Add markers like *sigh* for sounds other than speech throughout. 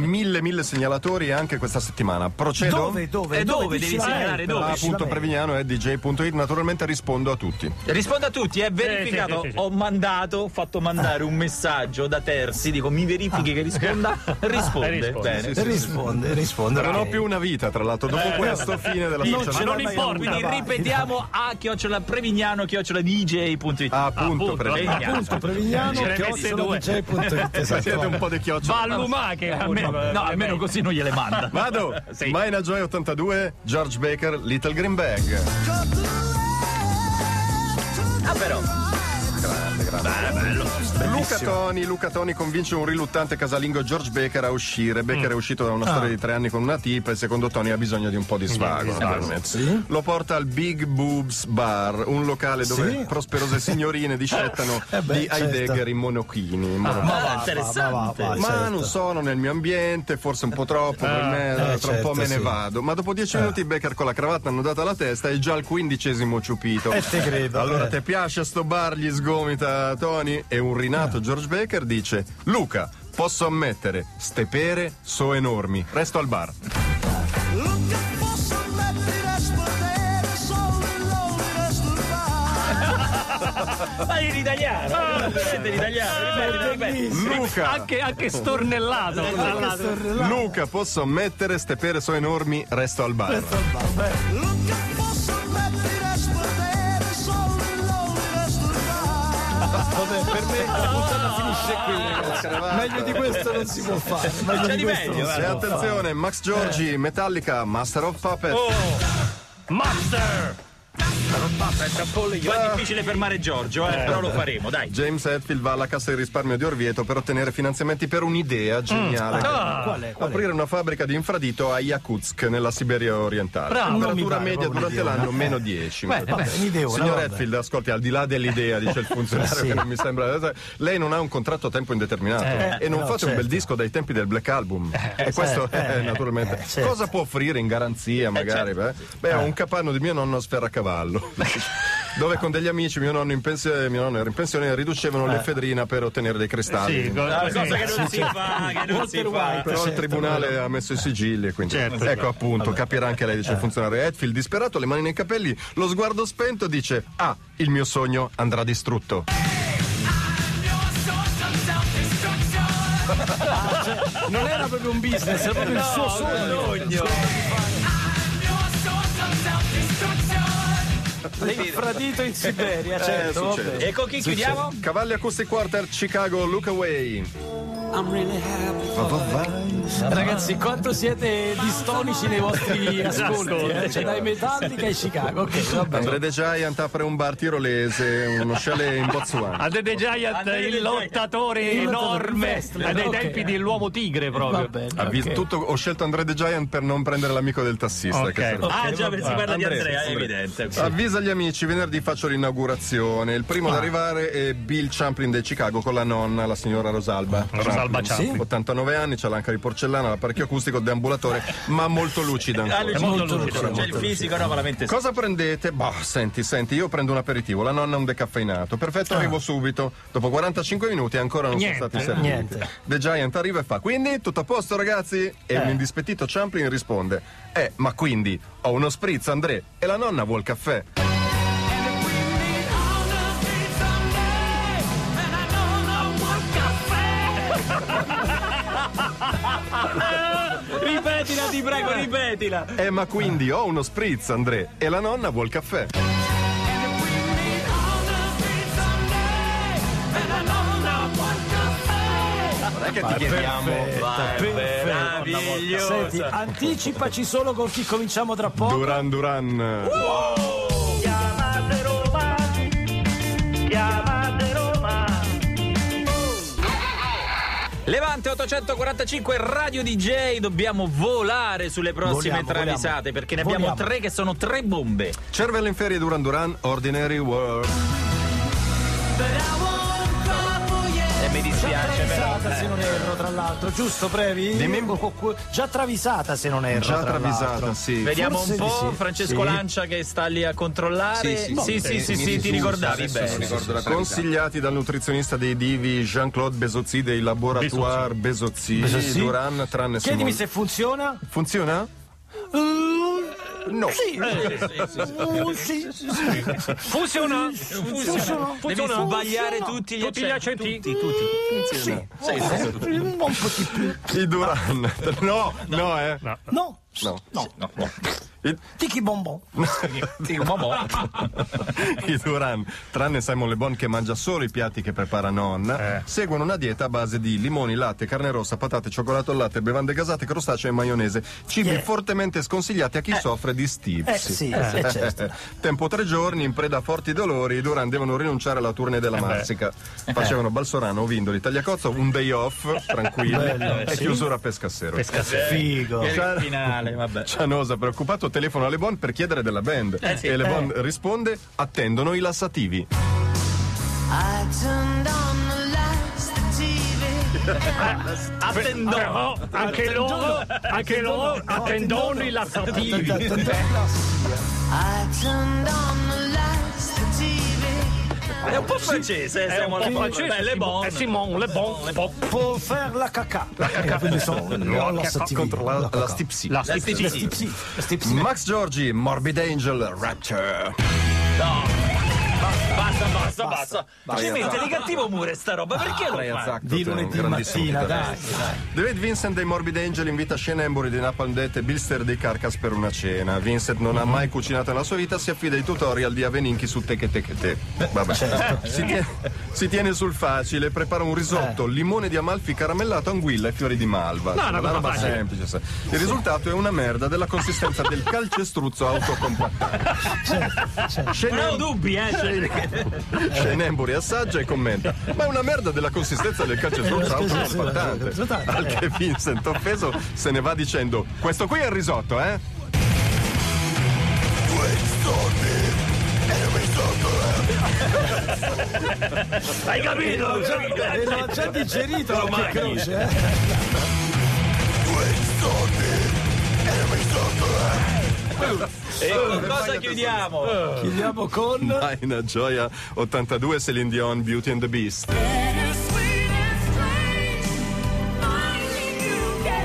mille, mille segnalatori anche questa settimana. Procedo. Dove, dove? E dove Dici devi la segnalare? mail, Dove? però, dici la Punto mail. Prevignano e dj.it naturalmente rispondo a tutti. Rispondo a tutti, è verificato. sì, sì, sì. Ho mandato, ho fatto mandare un messaggio da terzi, dico mi verifichi che *laughs* risponda, risponde. Eh, risponde, Bene. sì, sì. Risponde, risponde. Non ho ok. più una vita, tra l'altro, dopo questo fine della non puntata. ce l'ho Ma in dai, porta. Quindi vai. ripetiamo a chiocciola prevignano chiocciola dj.it. Ah, appunto, Appunto, Prevignano. Punto Eh, Prevignano, Ce ne mette due. chiocciola.it. Siete Esatto. un po' di Va chioccio. al lumache, almeno. No, almeno così non gliele manda. Vado! Sì. Maina Joy 82, George Baker, Little Green Bag. Ah, però. Luca Toni, Luca Toni convince un riluttante casalingo George Baker a uscire. Baker è uscito da una storia di tre anni con una tipa e secondo Toni ha bisogno di un po' di svago. naturalmente. Lo porta al Big Boobs Bar, un locale dove Sì? prosperose signorine discettano Eh beh, di certo. Heidegger in monochini. in monochini. Ah, va, va, interessante. va, va, va, Ma certo. non sono nel mio ambiente, forse un po' troppo per me, tra eh, un certo, po' me ne sì. Eh. vado. Ma dopo dieci minuti Becker con la cravatta annodata alla testa è già al quindicesimo ciupito. Eh, te credo. Allora eh. ti piace sto bar, gli sgomita Tony e un Eh. rinato George Baker dice Luca, posso ammettere, ste pere so enormi, resto al bar. Looking for somebody that's bananas, only lonely that's the vibe. Ma in italiano, veramente in italiano. ripeti, ripeti. Luca, Anche, anche stornellato. Luca, posso ammettere, ste pere so enormi, resto al bar. Looking for somebody that's bananas, only lonely that's the vibe. per me la puntata finisce ragazzi, qui. eravate. Meglio di questo non si può fare. Meglio C'è di di questo meglio, non si E può fare. Eh. attenzione, Max Giorgi, Metallica, Master of Puppets. Master! Qua è difficile fermare Giorgio, eh, però lo faremo, dai. James Hetfield va alla Cassa di risparmio di Orvieto per ottenere finanziamenti per un'idea geniale. Ah. Qual è? Qual è? Aprire una fabbrica di infradito a Yakutsk, nella Siberia orientale. Bravo, non mi Temperatura pare media proprio durante un'idea, l'anno no? meno 10. Beh, Vabbè, un'idea, una Signor roba. Hetfield, ascolti, al di là dell'idea, dice *laughs* il funzionario, che non mi sembra. Lei non ha un contratto a tempo indeterminato Eh, e non no, fate un bel certo. disco dai tempi del Black Album. e questo, eh, eh, naturalmente. eh, certo. Eh, Cosa può offrire in garanzia, magari? beh? Beh, ho un capanno di mio nonno a *laughs* Sferracavallo. Dove con degli amici mio nonno, in pensione, mio nonno era in pensione riducevano Eh. l'efedrina per ottenere dei cristalli. Sì, co- Una sì. cosa che non si fa, che non si fa. Però il tribunale ha messo i sigilli, e quindi Certo, ecco certo. Eh. appunto, capirà anche lei, dice il funzionario. Hetfield, disperato, le mani nei capelli, lo sguardo spento, dice: Ah, il mio sogno andrà distrutto. Non era proprio un business, era proprio il suo sogno. L'infradito in Siberia, certo. vabbè. succede. E con chi chiudiamo? Cavalli Acoustic Quarter, Chicago, Look Away. Ragazzi, quanto siete distonici nei vostri ascolti? eh? Cioè, dai Metallica ai Chicago. Ok, va bene. Esatto. Andre The Giant apre un bar tirolese, uno chalet in *laughs* Botswana. A The The Giant, Andrea De il Giant. lottatore Il lottatore, enorme, wrestler, dei ok. tempi dell'uomo tigre Va proprio. bene. Ha visto ok. tutto- ho scelto Andre The Giant per non prendere l'amico del tassista. Ok. che sarebbe- Ah, già, si parla di Andrea, è evidente. ok. Avvisa gli amici, venerdì faccio l'inaugurazione. Il Ah. primo ad arrivare è Bill Champlin del Chicago con la nonna, la signora Rosalba. Rosalba Ciampi. 89 anni, c'ha l'anca di porcellana, l'apparecchio acustico, deambulatore, ma molto *laughs* lucida Ah, ancora. Lucio, È molto Lucio, lucido, C'è il molto fisico, no, ma la mente sì. Cosa prendete? Boh, senti, senti, io prendo un aperitivo, la nonna un decaffeinato. Perfetto, arrivo subito. Dopo 45 minuti ancora non Ah. Niente, sono stati serviti. niente. The Giant arriva e fa: Quindi tutto a posto, ragazzi? E Eh. un indispettito Champlin risponde: Eh, ma quindi ho uno spritz, André, e la nonna vuol caffè. Ripetila, ti prego, ripetila. Eh, ma quindi ho uno spritz, André, e la nonna vuol caffè. Non è che ti chiediamo. Vai, meraviglioso. Senti, anticipaci solo con chi cominciamo tra poco. Duran Duran. Chiamate Roma, chiamate Roma. Levante 845 Radio DJ, dobbiamo volare sulle prossime Voliamo, travisate voliamo. perché ne abbiamo Voliamo. tre che sono tre bombe. Cervello in ferie Duran Duran, Ordinary World. E mi dispiace però. Eh, Pensata, se non erro, tra l'altro, giusto Previ? Di me- Già travisata se non erro. Già tra travisata, l'altro. sì. Vediamo Forse un po', di sì. Francesco Sì. Lancia che sta lì a controllare. Sì, sì, sì, sì, ti ricordavi bene. Consigliati dal nutrizionista dei divi Jean-Claude Besozzi dei Laboratoire Besozzi, Besozzi? Duran, tranne Chiedimi Simon. se funziona. Funziona? No. Sì. Uh, sì, sì, sì. Funziona? Funziona? Devi Funziona? sbagliare tutti gli Tutti gli accenti. accenti? Tutti, tutti. Sì. Un po' di più. I Duran. *laughs* No, no, eh. No. No. No. I, Tiki bonbon. *laughs* I Duran, tranne Simon Le Bon che mangia solo i piatti che prepara nonna, Eh. seguono una dieta a base di limoni, latte, carne rossa, patate, cioccolato al latte, bevande gasate, crostacee e maionese. Cibi Yeah. fortemente sconsigliati a chi soffre di stipsi. Eh sì, eh, certo. *laughs* Tempo tre giorni, in preda a forti dolori, i Duran devono rinunciare alla tournée Eh della Marsica. Facevano Balsorano, Vindoli, Tagliacozzo, un day *laughs* off, tranquillo, e chiusura a Pescassero. Figo. Cioè, Cian- finale, vabbè. Cianosa, preoccupato, telefona a Le Bon per chiedere della band. Eh, e Le Bon risponde, attendono i lassativi. I turned on the lights, the TV. Però anche loro, anche loro attendono i lassativi. I turned on the lights, the TV. È un po' francese, eh, È siamo un alla po' francese. eh, francese. Beh, le bon. È Simon, le bon, pop. Può fare la cacà. Eh, Quindi sono no, la STV, contro la, la cacà. stipsi. La La stipsi. stipsi. Sì, sti psi- Max Giorgi, Morbid Angel, Rapture. Basta, basta, basta. Ci mette di cattivo mure sta roba, perché lo fa? Di lunedì mattina, dai. David Vincent dei Morbid Angel invita Shane Embury di Napalm Death e Bill Stair dei Carcass per una cena. Vincent non ha mai cucinato nella sua vita, si affida ai tutorial di Aveninchi su Te che Te che Te. Eh, Vabbè. certo. Si, tiene, si tiene sul facile, prepara un risotto, limone di Amalfi caramellato, anguilla e fiori di malva. Eh. una Insomma, cosa roba facile. semplice. sa. Il risultato è una merda della consistenza del calcestruzzo autocompattato. Shane Non ho Embury- dubbi, eh. cioè, Eh. Shane Embury assaggia e commenta ma è una merda della consistenza del Cioè, Eh, calcestruzzo autocompattante al che Vincent offeso se ne va dicendo questo qui è il risotto eh Hai capito? Cioè, E l'ho già digerito la mia croce, eh. e con cosa chiudiamo? Chiudiamo con... Aina Gioia 82 Celine Dion Beauty and the Beast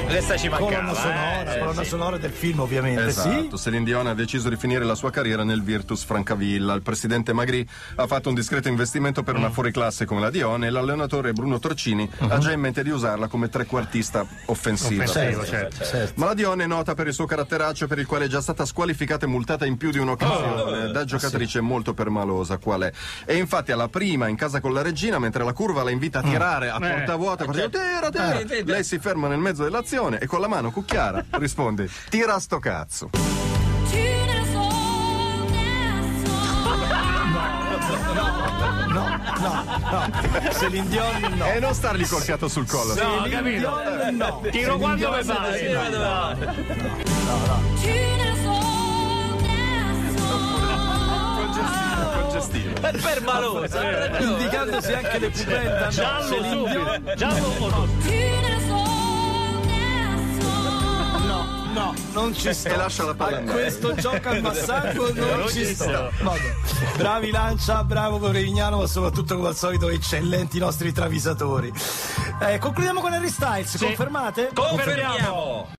Questa ci colonna mancava, sonora, eh. colonna sonora del film ovviamente, Eh sì. Esatto, Celine Dion ha deciso di finire la sua carriera nel Virtus Francavilla. Il presidente Magri ha fatto un discreto investimento per una fuoriclasse come la Dion e l'allenatore Bruno Torcini ha già in mente di usarla come trequartista offensiva. Certo, certo. Ma la Dion è nota per il suo caratteraccio per il quale è già stata squalificata e multata in più di un'occasione da giocatrice molto permalosa qual è. E infatti alla prima in casa con la regina mentre la curva la invita a tirare a porta vuota facendo tira tira Eh, eh, eh. lei si ferma nel mezzo dell'azione e con la mano cucchiara risponde tira sto cazzo Celine Dion no. e non stargli col fiato sul collo No, ho capito. Dion no. Tiro quando mi Sì, pare. vado avanti. col gestino Per permalosa. Eh, Indicandosi anche le pupette. no. Giallo Celine Dion subito. Giallo o no? no, non ci sto. e lascia la palla a A me. Ah, questo gioco al massacro non, ci sto. Vabbè. Bravi Lancia, bravo Corevignano, ma soprattutto come al solito eccellenti i nostri travisatori. Eh, concludiamo con Harry Styles, confermate? Confermiamo.